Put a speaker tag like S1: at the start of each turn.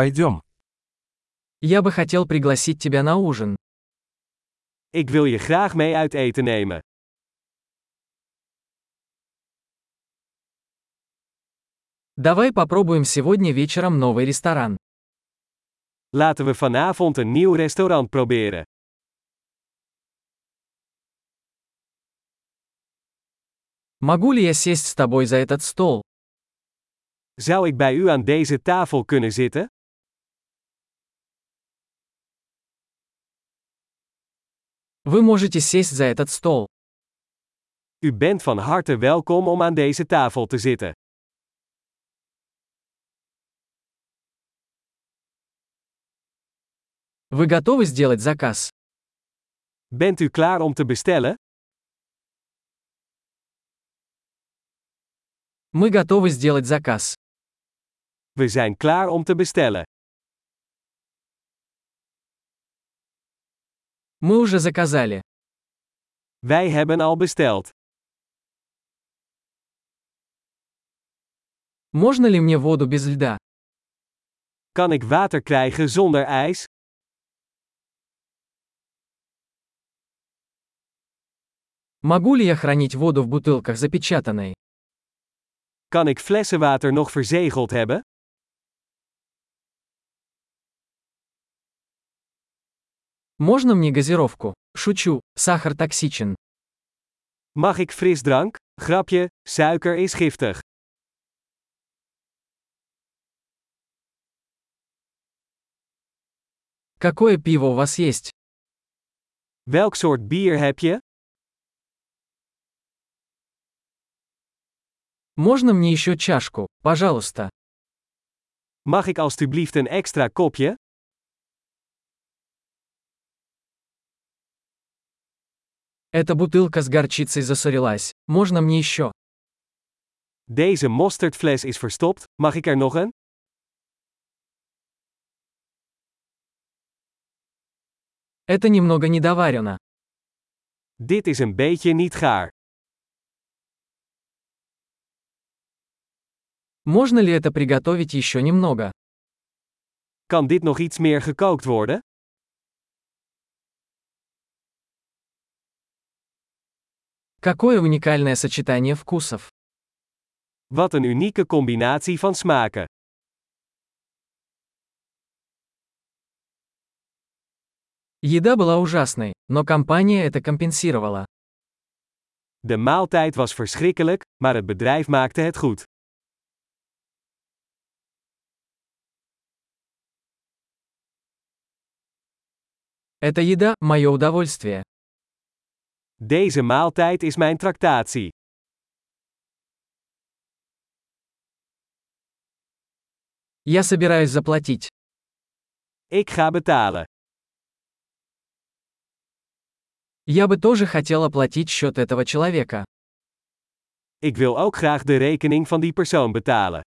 S1: Пойдем.
S2: Я бы хотел пригласить тебя на ужин.
S3: Ik wil je graag mee uit eten nemen.
S2: Давай попробуем сегодня вечером новый ресторан.
S3: Laten we vanavond een nieuw restaurant proberen.
S2: Могу ли я сесть с тобой за этот стол?
S3: Zou ik bij u aan deze tafel kunnen zitten?
S2: Вы можете сесть за этот стол.
S3: U bent van harte welkom om aan deze tafel te zitten.
S2: Вы готовы сделать заказ?
S3: Bent u klaar om te bestellen?
S2: Мы готовы сделать заказ.
S3: We zijn klaar om te bestellen.
S2: Мы уже заказали.
S3: Wij hebben al besteld.
S2: Можно ли мне воду без льда?
S3: Kan ik water krijgen zonder ijs?
S2: Могу ли я хранить воду в бутылках запечатанной?
S3: Kan ik flessen water nog verzegeld hebben?
S2: Можно мне газировку? Шучу, сахар токсичен.
S3: Mag ik frisdrank? Grapje, suiker is giftig.
S2: Какое пиво у вас есть?
S3: Welk soort bier heb je?
S2: Можно мне еще чашку, пожалуйста?
S3: Mag ik alstublieft een extra kopje?
S2: Эта бутылка с горчицей засорилась. Можно мне еще?
S3: Deze mosterdfles is verstopt, mag ik er nog een?
S2: Это немного недоварено.
S3: Dit is een beetje niet gaar.
S2: Можно ли это приготовить еще немного?
S3: Kan dit nog iets meer gekookt worden?
S2: Какое уникальное сочетание вкусов.
S3: Wat een unieke combinatie van smaken.
S2: Еда была ужасной, но компания это компенсировала.
S3: De maaltijd was verschrikkelijk, maar het bedrijf maakte het goed.
S2: Эта еда – мое удовольствие.
S3: Deze maaltijd is mijn tractatie.
S2: Я собираюсь заплатить.
S3: Ik ga betalen.
S2: Я бы тоже хотел оплатить счет этого человека.
S3: Ik wil ook graag de rekening van die persoon betalen.